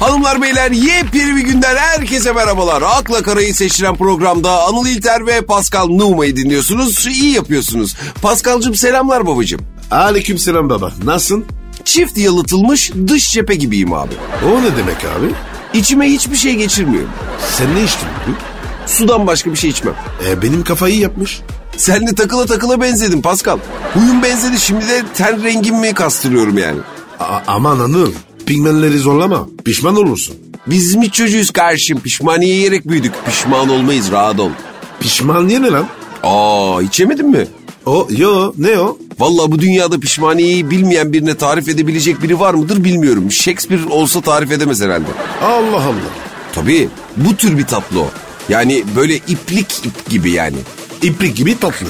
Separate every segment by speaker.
Speaker 1: Hanımlar beyler yepyeni bir günden herkese merhabalar. Akla Karayı seçilen programda Anıl İlter ve Pascal Numa'yı dinliyorsunuz. İyi yapıyorsunuz. Pascal'cığım selamlar babacığım.
Speaker 2: Aleykümselam baba. Nasılsın?
Speaker 1: Çift yalıtılmış dış cephe gibiyim abi.
Speaker 2: O ne demek abi?
Speaker 1: İçime hiçbir şey geçirmiyorum.
Speaker 2: Sen ne içtin bugün?
Speaker 1: Sudan başka bir şey içmem.
Speaker 2: E, benim kafayı yapmış.
Speaker 1: Sen de takıla takıla benzedin Pascal. Huyum benzedi şimdi de ten rengimi kastırıyorum yani.
Speaker 2: A- aman anıl. Pigmenleri zorlama. Pişman olursun.
Speaker 1: Biz mi çocuğuz karşım pişmaniye yiyerek büyüdük. Pişman olmayız rahat ol.
Speaker 2: Pişmaniye ne lan?
Speaker 1: Aa içemedin mi?
Speaker 2: O yo ne o?
Speaker 1: Vallahi bu dünyada pişmaniyeyi bilmeyen birine tarif edebilecek biri var mıdır bilmiyorum. Shakespeare olsa tarif edemez herhalde.
Speaker 2: Allah Allah.
Speaker 1: Tabii bu tür bir tatlı o. Yani böyle iplik ip gibi yani.
Speaker 2: İplik gibi tatlı.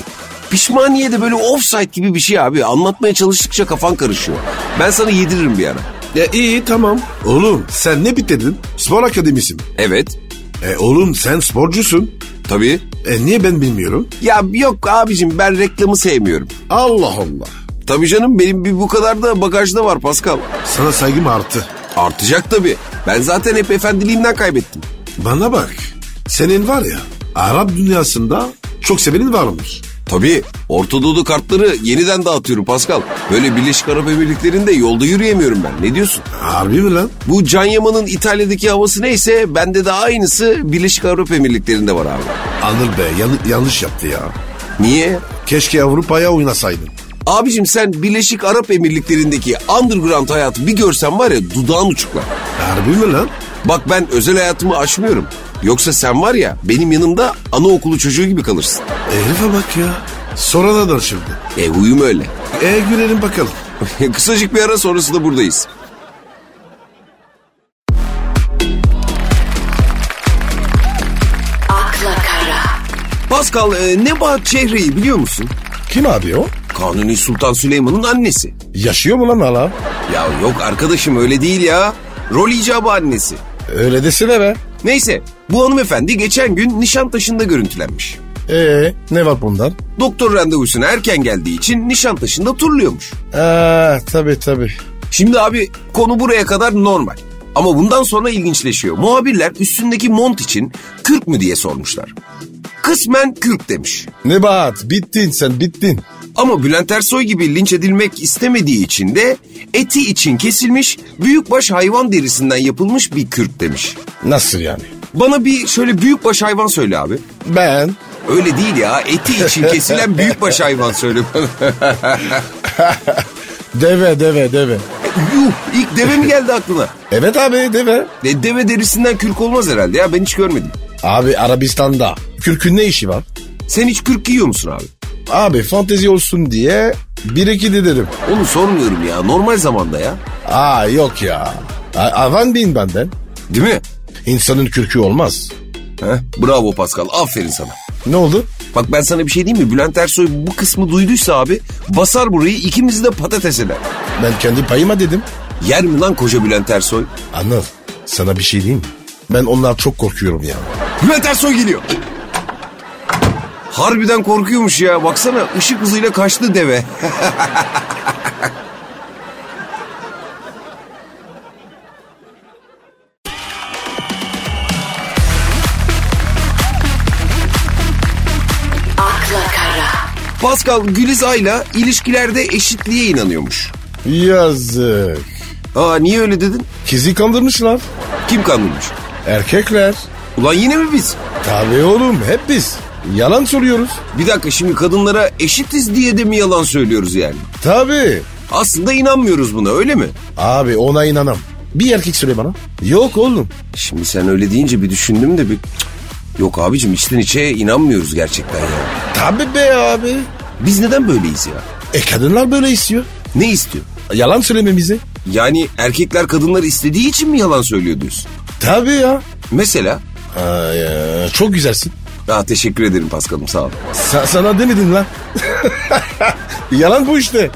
Speaker 1: Pişmaniye de böyle offside gibi bir şey abi. Anlatmaya çalıştıkça kafan karışıyor. Ben sana yediririm bir ara.
Speaker 2: Ya E, iyi tamam. Oğlum sen ne bitirdin? Spor akademisi mi?
Speaker 1: Evet
Speaker 2: E oğlum sen sporcusun.
Speaker 1: tabii.
Speaker 2: E niye ben bilmiyorum?
Speaker 1: Ya yok abicim ben reklamı sevmiyorum.
Speaker 2: Allah Allah.
Speaker 1: Tabii canım benim bir bu kadar da bagajda var Pascal.
Speaker 2: Sana saygım arttı.
Speaker 1: Artacak tabii. Ben zaten hep efendiliğimden kaybettim.
Speaker 2: Bana bak. Senin var ya Arap dünyasında çok sevenin varmış.
Speaker 1: Tabii Orta Doğu'da kartları yeniden dağıtıyorum Pascal. Böyle Birleşik Arap Emirlikleri'nde yolda yürüyemiyorum ben. Ne diyorsun?
Speaker 2: Harbi mi lan?
Speaker 1: Bu Can Yaman'ın İtalya'daki havası neyse bende de aynısı Birleşik Arap Emirlikleri'nde var abi.
Speaker 2: Anıl be yan- yanlış yaptı ya.
Speaker 1: Niye?
Speaker 2: Keşke Avrupa'ya oynasaydın.
Speaker 1: Abicim sen Birleşik Arap Emirlikleri'ndeki underground hayatı bir görsen var ya dudağın uçuklar.
Speaker 2: Harbi mi lan?
Speaker 1: Bak ben özel hayatımı aşmıyorum. Yoksa sen var ya benim yanımda anaokulu çocuğu gibi kalırsın.
Speaker 2: E, Herife bak ya. Sonra da şimdi.
Speaker 1: E huyum öyle.
Speaker 2: E gülelim bakalım.
Speaker 1: Kısacık bir ara sonrasında buradayız.
Speaker 3: Akla Kara.
Speaker 1: Pascal e, Nebahat Çehre'yi biliyor musun?
Speaker 2: Kim abi o?
Speaker 1: Kanuni Sultan Süleyman'ın annesi.
Speaker 2: Yaşıyor mu lan hala?
Speaker 1: Ya yok arkadaşım öyle değil ya. Rol icabı annesi.
Speaker 2: Öyle desene be.
Speaker 1: Neyse bu hanımefendi geçen gün Nişantaşı'nda görüntülenmiş.
Speaker 2: E,
Speaker 4: Ee ne var bundan?
Speaker 1: Doktor randevusuna erken geldiği için Nişantaşı'nda turluyormuş.
Speaker 4: Ee tabii tabii.
Speaker 1: Şimdi abi konu buraya kadar normal. Ama bundan sonra ilginçleşiyor. Muhabirler üstündeki mont için kürk mü diye sormuşlar. Kısmen kürk demiş.
Speaker 4: Nebahat bittin sen bittin.
Speaker 1: Ama Bülent Ersoy gibi linç edilmek istemediği için de eti için kesilmiş büyükbaş hayvan derisinden yapılmış bir kürk demiş.
Speaker 4: Nasıl yani?
Speaker 1: Bana bir şöyle büyükbaş hayvan söyle abi.
Speaker 4: Ben
Speaker 1: Öyle değil ya eti için kesilen büyükbaş hayvan söyle bana.
Speaker 4: deve deve deve.
Speaker 1: Yuh ilk deve mi geldi aklına?
Speaker 4: Evet abi deve.
Speaker 1: E, Deve derisinden kürk olmaz herhalde ya ben hiç görmedim.
Speaker 4: Abi Arabistan'da kürkün ne işi var?
Speaker 1: Sen hiç kürk giyiyor musun abi?
Speaker 4: Abi fantezi olsun diye bir iki dedim.
Speaker 1: Onu sormuyorum ya normal zamanda ya.
Speaker 4: Aa yok ya. A- Avan bin benden.
Speaker 1: Değil mi?
Speaker 4: İnsanın kürkü olmaz.
Speaker 1: Heh, bravo Pascal aferin sana.
Speaker 4: Ne oldu?
Speaker 1: Bak ben sana bir şey diyeyim mi? Bülent Ersoy bu kısmı duyduysa abi basar burayı ikimizi de patates eder.
Speaker 4: Ben kendi payıma dedim.
Speaker 1: Yer mi lan koca Bülent Ersoy?
Speaker 4: Anıl sana bir şey diyeyim mi? Ben onlar çok korkuyorum ya.
Speaker 1: Bülent Ersoy geliyor. Harbiden korkuyormuş ya. Baksana ışık hızıyla kaçtı deve.
Speaker 3: Akla Kara.
Speaker 1: Pascal Gülizay'la ilişkilerde eşitliğe inanıyormuş.
Speaker 4: Yazık.
Speaker 1: Aa niye öyle dedin?
Speaker 4: Kizi kandırmışlar.
Speaker 1: Kim kandırmış?
Speaker 4: Erkekler.
Speaker 1: Ulan yine mi biz?
Speaker 4: Tabii oğlum hep biz. Yalan soruyoruz.
Speaker 1: Bir dakika şimdi kadınlara eşitiz diye de mi yalan söylüyoruz yani?
Speaker 4: Tabii.
Speaker 1: Aslında inanmıyoruz buna öyle mi?
Speaker 4: Abi ona inanam. Bir erkek söyle bana. Yok oğlum.
Speaker 1: Şimdi sen öyle deyince bir düşündüm de bir... Cık, Yok abicim içten içe inanmıyoruz gerçekten ya.
Speaker 4: Tabii be abi.
Speaker 1: Biz neden böyleyiz ya?
Speaker 4: E kadınlar böyle istiyor.
Speaker 1: Ne istiyor?
Speaker 4: Yalan söylememizi.
Speaker 1: Yani erkekler kadınları istediği için mi yalan söylüyor diyorsun?
Speaker 4: Tabii ya.
Speaker 1: Mesela?
Speaker 4: Ay, e, çok güzelsin.
Speaker 1: Aa, teşekkür ederim Paskal'ım sağ ol.
Speaker 4: Sa- sana demedim lan. yalan bu işte.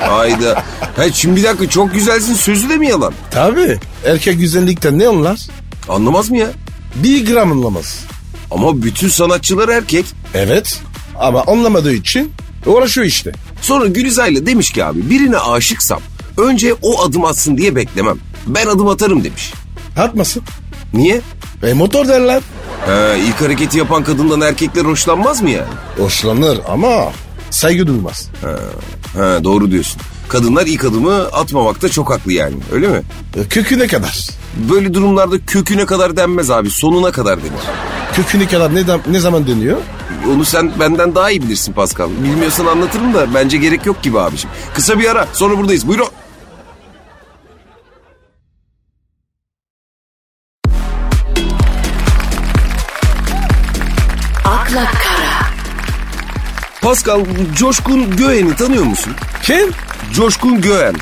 Speaker 1: Hayda. Ha, şimdi bir dakika çok güzelsin sözü de mi yalan?
Speaker 4: Tabii. Erkek güzellikten ne anlar?
Speaker 1: Anlamaz mı ya?
Speaker 4: Bir gram anlamaz.
Speaker 1: Ama bütün sanatçılar erkek.
Speaker 4: Evet. Ama anlamadığı için uğraşıyor işte.
Speaker 1: Sonra Gülizay'la demiş ki abi birine aşıksam önce o adım atsın diye beklemem. Ben adım atarım demiş.
Speaker 4: Atmasın.
Speaker 1: Niye?
Speaker 4: E motor derler.
Speaker 1: Ee, ilk hareketi yapan kadından erkekler hoşlanmaz mı yani?
Speaker 4: Hoşlanır ama saygı duymaz.
Speaker 1: Ha, doğru diyorsun. Kadınlar ilk adımı atmamakta çok haklı yani öyle mi?
Speaker 4: E, köküne kadar.
Speaker 1: Böyle durumlarda köküne kadar denmez abi sonuna kadar denir.
Speaker 4: Köküne kadar ne, zam- ne zaman dönüyor?
Speaker 1: Onu sen benden daha iyi bilirsin Pascal. Bilmiyorsan anlatırım da bence gerek yok gibi abiciğim. Kısa bir ara sonra buradayız buyurun.
Speaker 3: akla kara,
Speaker 1: Pascal Coşkun Göğen'i tanıyor musun?
Speaker 4: Kim?
Speaker 1: Coşkun Göğen.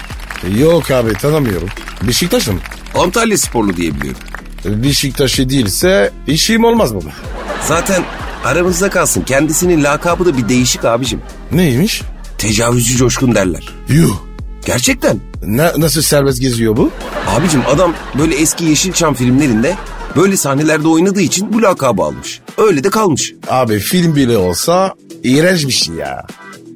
Speaker 4: E, Yok abi tanımıyorum. Beşiktaşlı mı?
Speaker 1: Antalya sporlu diye biliyorum.
Speaker 4: E, Beşiktaşlı değilse işim olmaz baba.
Speaker 1: Zaten aramızda kalsın kendisinin lakabı da bir değişik abicim.
Speaker 4: Neymiş?
Speaker 1: Tecavüzcü Coşkun derler.
Speaker 4: Yuh.
Speaker 1: Gerçekten.
Speaker 4: Na- nasıl serbest geziyor bu?
Speaker 1: Abicim adam böyle eski Yeşilçam filmlerinde böyle sahnelerde oynadığı için bu lakabı almış. Öyle de kalmış.
Speaker 4: Abi film bile olsa iğrenç bir şey ya.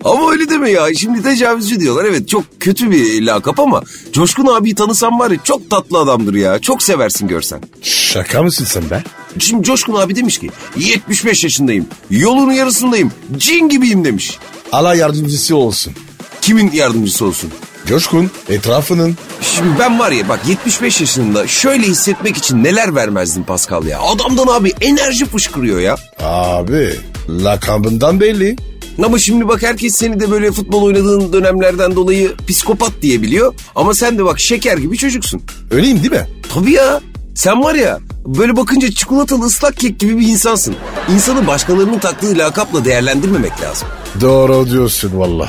Speaker 1: Ama öyle deme ya. Şimdi tecavüzcü diyorlar. Evet çok kötü bir lakap ama Coşkun abiyi tanısan var ya çok tatlı adamdır ya. Çok seversin görsen.
Speaker 4: Şaka mısın sen be?
Speaker 1: Şimdi Coşkun abi demiş ki 75 yaşındayım. Yolun yarısındayım. Cin gibiyim demiş.
Speaker 4: Allah yardımcısı olsun.
Speaker 1: Kimin yardımcısı olsun?
Speaker 4: Coşkun etrafının
Speaker 1: Şimdi ben var ya bak 75 yaşında şöyle hissetmek için neler vermezdim Pascal ya. Adamdan abi enerji fışkırıyor ya.
Speaker 4: Abi lakabından belli.
Speaker 1: Ama şimdi bak herkes seni de böyle futbol oynadığın dönemlerden dolayı psikopat diye biliyor. Ama sen de bak şeker gibi çocuksun.
Speaker 4: Öyleyim değil mi?
Speaker 1: Tabii ya. Sen var ya böyle bakınca çikolatalı ıslak kek gibi bir insansın. İnsanı başkalarının taktığı lakapla değerlendirmemek lazım.
Speaker 4: Doğru diyorsun valla.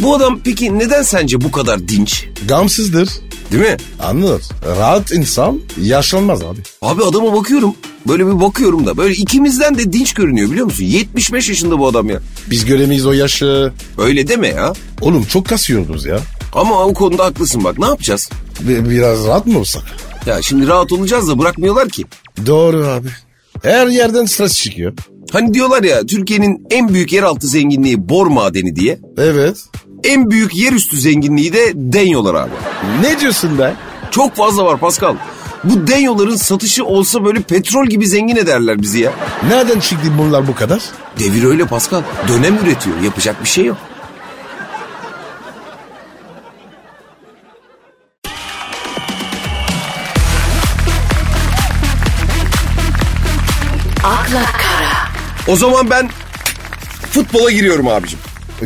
Speaker 1: Bu adam peki neden sence bu kadar dinç?
Speaker 4: Gamsızdır.
Speaker 1: Değil mi?
Speaker 4: Anılır. Rahat insan yaşlanmaz abi.
Speaker 1: Abi adama bakıyorum. Böyle bir bakıyorum da böyle ikimizden de dinç görünüyor biliyor musun? 75 yaşında bu adam ya.
Speaker 4: Biz göremeyiz o yaşı.
Speaker 1: Öyle deme ya.
Speaker 4: Oğlum çok kasıyordunuz ya.
Speaker 1: Ama o konuda haklısın bak ne yapacağız?
Speaker 4: Bi- biraz rahat mı olsak?
Speaker 1: Ya şimdi rahat olacağız da bırakmıyorlar ki.
Speaker 4: Doğru abi. Her yerden stres çıkıyor.
Speaker 1: Hani diyorlar ya Türkiye'nin en büyük yeraltı zenginliği bor madeni diye.
Speaker 4: Evet.
Speaker 1: En büyük yerüstü zenginliği de denyolar abi.
Speaker 4: Ne diyorsun be?
Speaker 1: Çok fazla var Pascal. Bu denyoların satışı olsa böyle petrol gibi zengin ederler bizi ya.
Speaker 4: Nereden çıktı bunlar bu kadar?
Speaker 1: Devir öyle Pascal. Dönem üretiyor. Yapacak bir şey yok.
Speaker 3: akla kara,
Speaker 1: O zaman ben futbola giriyorum abicim.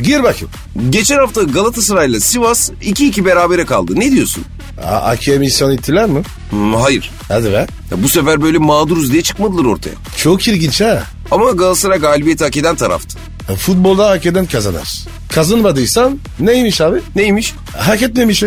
Speaker 4: Gir bakayım.
Speaker 1: Geçen hafta Galatasaray'la Sivas 2-2 berabere kaldı. Ne diyorsun?
Speaker 4: A- AKM isyan ettiler mi?
Speaker 1: Hmm, hayır.
Speaker 4: Hadi be.
Speaker 1: Ya bu sefer böyle mağduruz diye çıkmadılar ortaya.
Speaker 4: Çok ilginç ha.
Speaker 1: Ama Galatasaray galibiyeti hak eden taraftı.
Speaker 4: Futbolda hak eden kazanır. Kazanmadıysan neymiş abi?
Speaker 1: Neymiş?
Speaker 4: Hak etmemiş.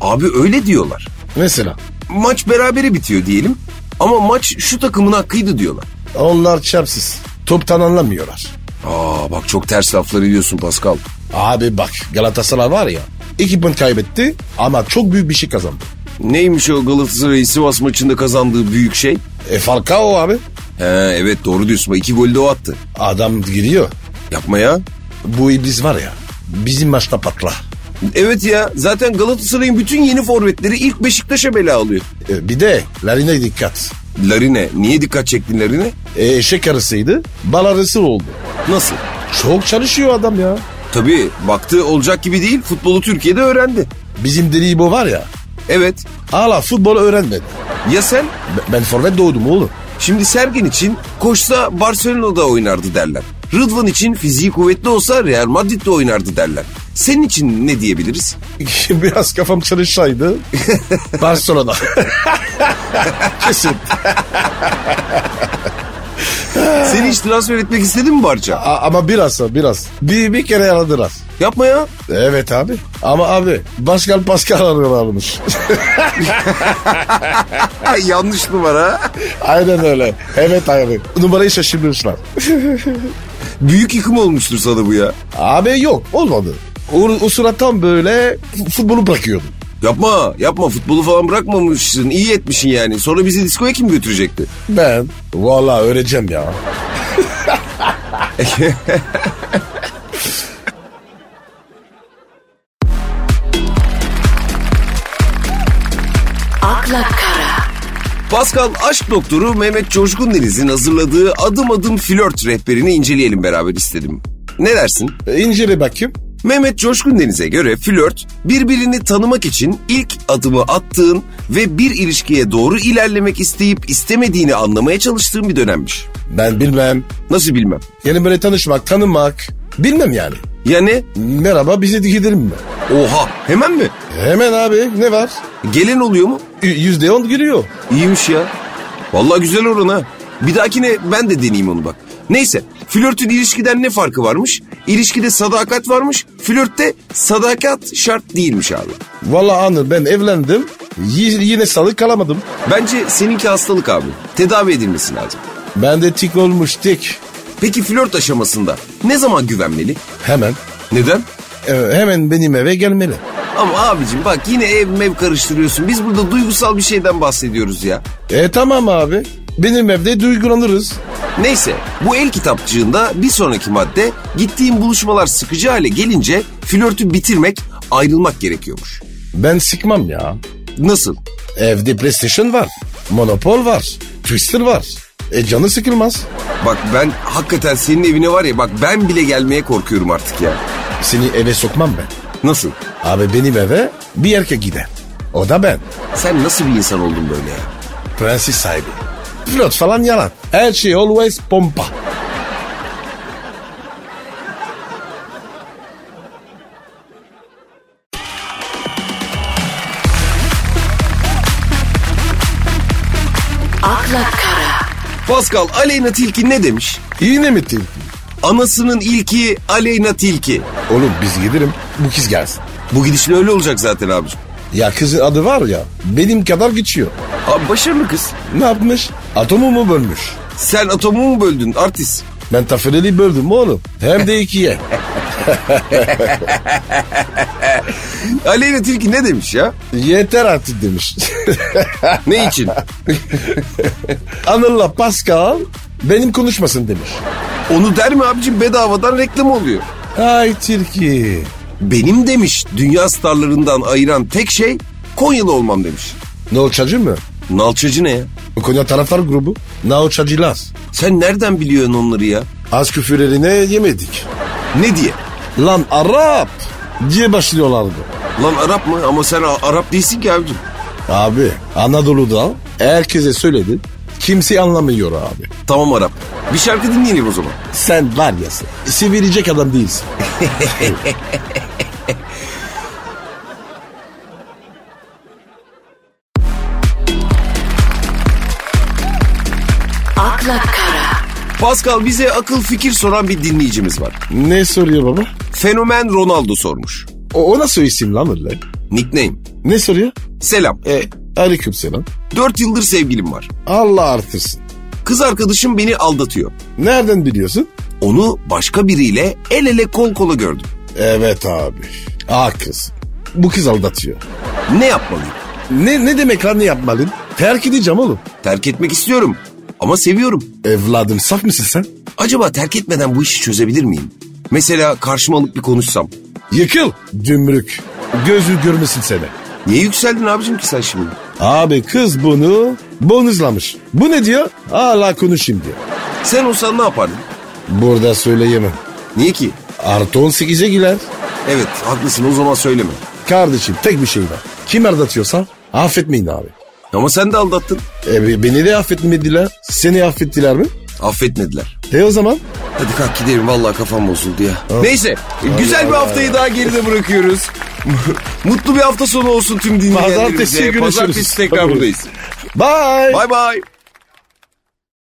Speaker 1: Abi öyle diyorlar.
Speaker 4: Mesela
Speaker 1: Maç berabere bitiyor diyelim. Ama maç şu takımın hakkıydı diyorlar.
Speaker 4: onlar çapsız. Toptan anlamıyorlar.
Speaker 1: Aa bak çok ters lafları diyorsun Pascal.
Speaker 4: Abi bak Galatasaray var ya. iki puan kaybetti ama çok büyük bir şey kazandı.
Speaker 1: Neymiş o Galatasaray'ın Sivas maçında kazandığı büyük şey?
Speaker 4: E Falcao abi.
Speaker 1: He evet doğru diyorsun. Bak, İki golü de o attı.
Speaker 4: Adam giriyor.
Speaker 1: Yapma ya.
Speaker 4: Bu iblis var ya. Bizim maçta patla.
Speaker 1: Evet ya zaten Galatasaray'ın bütün yeni forvetleri ilk Beşiktaş'a bela alıyor.
Speaker 4: E, bir de Larine dikkat.
Speaker 1: Larine niye dikkat çektin Larine?
Speaker 4: E, eşek arısıydı. Bal arısı oldu.
Speaker 1: Nasıl?
Speaker 4: Çok çalışıyor adam ya.
Speaker 1: Tabii baktı olacak gibi değil futbolu Türkiye'de öğrendi.
Speaker 4: Bizim deli bu var ya.
Speaker 1: Evet
Speaker 4: Hala futbol öğrenmedi.
Speaker 1: ya sen?
Speaker 4: Ben, ben forvet doğdum oğlum.
Speaker 1: Şimdi Sergen için koşsa Barcelona'da oynardı derler. Rıdvan için fiziği kuvvetli olsa Real Madrid'de oynardı derler. Senin için ne diyebiliriz?
Speaker 4: Biraz kafam çalışsaydı Barcelona. Kesin.
Speaker 1: Seni hiç transfer etmek istedi mi Barca?
Speaker 4: A- ama biraz biraz. Bir, bir kere aradılar.
Speaker 1: Yapma ya.
Speaker 4: Evet abi. Ama abi Pascal Pascal arıyorlarmış.
Speaker 1: Ay, yanlış numara.
Speaker 4: Aynen öyle. Evet abi. Numarayı şaşırmışlar.
Speaker 1: Büyük yıkım olmuştur sana bu ya.
Speaker 4: Abi yok olmadı. O, o sıra tam böyle f- futbolu bırakıyordum.
Speaker 1: Yapma yapma futbolu falan bırakmamışsın. iyi etmişsin yani. Sonra bizi diskoya kim götürecekti?
Speaker 4: Ben valla öğreneceğim ya.
Speaker 3: akla akla kara.
Speaker 1: Pascal aşk doktoru Mehmet Coşkun Deniz'in hazırladığı adım adım flört rehberini inceleyelim beraber istedim. Ne dersin?
Speaker 4: E, incele bakayım.
Speaker 1: Mehmet Coşkun Deniz'e göre flört birbirini tanımak için ilk adımı attığın ve bir ilişkiye doğru ilerlemek isteyip istemediğini anlamaya çalıştığın bir dönemmiş.
Speaker 4: Ben bilmem.
Speaker 1: Nasıl bilmem.
Speaker 4: Yani böyle tanışmak, tanımak. Bilmem yani.
Speaker 1: Yani
Speaker 4: Merhaba bize gidelim mi?
Speaker 1: oha hemen mi?
Speaker 4: Hemen abi ne var?
Speaker 1: Gelen oluyor mu?
Speaker 4: Ü- Yüzde on gülüyor.
Speaker 1: İyiymiş ya. Vallahi güzel oran ha. Bir dahakine ben de deneyeyim onu bak. Neyse flörtün ilişkiden ne farkı varmış? İlişkide sadakat varmış. Flörtte sadakat şart değilmiş abi.
Speaker 4: Vallahi Anıl ben evlendim. Y- yine salık kalamadım.
Speaker 1: Bence seninki hastalık abi. Tedavi edilmesi lazım.
Speaker 4: Bende tik olmuş tik.
Speaker 1: Peki flört aşamasında ne zaman güvenmeli?
Speaker 4: Hemen.
Speaker 1: Neden?
Speaker 4: e, hemen benim eve gelmeli.
Speaker 1: Ama abicim bak yine ev mev karıştırıyorsun. Biz burada duygusal bir şeyden bahsediyoruz ya.
Speaker 4: E tamam abi. Benim evde duygulanırız.
Speaker 1: Neyse bu el kitapçığında bir sonraki madde gittiğim buluşmalar sıkıcı hale gelince flörtü bitirmek ayrılmak gerekiyormuş.
Speaker 4: Ben sıkmam ya.
Speaker 1: Nasıl?
Speaker 4: Evde PlayStation var. Monopol var. Twister var. E canı sıkılmaz.
Speaker 1: Bak ben hakikaten senin evine var ya bak ben bile gelmeye korkuyorum artık ya.
Speaker 4: Seni eve sokmam ben.
Speaker 1: Nasıl?
Speaker 4: Abi benim eve bir erkek gider. O da ben.
Speaker 1: Sen nasıl bir insan oldun böyle ya?
Speaker 4: Prenses sahibi. Flört falan yalan. Her şey always pompa.
Speaker 3: Akla kara.
Speaker 1: Pascal Aleyna Tilki ne demiş?
Speaker 4: Yine mi Tim?
Speaker 1: Anasının ilki Aleyna Tilki.
Speaker 4: Oğlum biz gidelim. Bu kız gelsin.
Speaker 1: Bu gidişle öyle olacak zaten abicim.
Speaker 4: Ya kızın adı var ya benim kadar geçiyor.
Speaker 1: Abi başarılı kız.
Speaker 4: Ne yapmış? Atomu mu bölmüş?
Speaker 1: Sen atomu mu böldün artist?
Speaker 4: Ben tafereli böldüm oğlum. Hem de ikiye.
Speaker 1: Aleyna Tilki ne demiş ya?
Speaker 4: Yeter artık demiş.
Speaker 1: Ne için?
Speaker 4: Anıl'la Pascal benim konuşmasın demiş.
Speaker 1: Onu der mi abicim bedavadan reklam oluyor.
Speaker 4: Ay Tilki.
Speaker 1: Benim demiş dünya starlarından ayıran tek şey Konyalı olmam demiş.
Speaker 4: Ne uçacı mı?
Speaker 1: Nalçacı ne ya?
Speaker 4: Konya taraftar grubu. Ne uçacılar?
Speaker 1: Sen nereden biliyorsun onları ya?
Speaker 4: Az küfürlerine yemedik.
Speaker 1: Ne diye?
Speaker 4: Lan Arap diye başlıyorlardı.
Speaker 1: Lan Arap mı? Ama sen A- Arap değilsin ki abicim.
Speaker 4: Abi Anadolu'da herkese söyledim. Kimse anlamıyor abi.
Speaker 1: Tamam Arap. Bir şarkı dinleyelim o zaman.
Speaker 4: Sen var ya sen. Sevilecek adam değilsin.
Speaker 3: Akla kara.
Speaker 1: Pascal bize akıl fikir soran bir dinleyicimiz var.
Speaker 4: Ne soruyor baba?
Speaker 1: Fenomen Ronaldo sormuş.
Speaker 4: O, o nasıl isim lan öyle?
Speaker 1: Nickname.
Speaker 4: Ne soruyor?
Speaker 1: Selam.
Speaker 4: E, aleyküm selam.
Speaker 1: 4 yıldır sevgilim var.
Speaker 4: Allah artırsın.
Speaker 1: Kız arkadaşım beni aldatıyor.
Speaker 4: Nereden biliyorsun?
Speaker 1: Onu başka biriyle el ele kol kola gördüm.
Speaker 4: Evet abi. Ah kız. Bu kız aldatıyor.
Speaker 1: Ne yapmalıyım?
Speaker 4: Ne, ne demek lan ne yapmalıyım? Terk edeceğim oğlum.
Speaker 1: Terk etmek istiyorum ama seviyorum.
Speaker 4: Evladım saf mısın sen?
Speaker 1: Acaba terk etmeden bu işi çözebilir miyim? Mesela karşıma alıp bir konuşsam.
Speaker 4: Yıkıl. Dümrük. Gözü görmesin seni.
Speaker 1: Niye yükseldin abicim ki sen şimdi?
Speaker 4: Abi kız bunu bonuzlamış. Bu ne diyor? Hala konuşayım diyor.
Speaker 1: Sen olsan ne yapardın?
Speaker 4: Burada söyleyemem.
Speaker 1: Niye ki?
Speaker 4: Artı 18'e girer.
Speaker 1: Evet haklısın o zaman söyleme.
Speaker 4: Kardeşim tek bir şey var. Kim aldatıyorsa affetmeyin abi.
Speaker 1: Ama sen de aldattın.
Speaker 4: E, be- beni de affetmediler. Seni affettiler mi?
Speaker 1: Affetmediler.
Speaker 4: E o zaman
Speaker 1: Hadi kalk gidelim vallahi kafam bozuldu ya. Neyse güzel bir haftayı daha geride bırakıyoruz. Mutlu bir hafta sonu olsun tüm dinleyenlerimize.
Speaker 4: Pazartesi görüşürüz.
Speaker 1: Pazartesi tekrar buradayız.
Speaker 4: bye.
Speaker 1: Bay bay.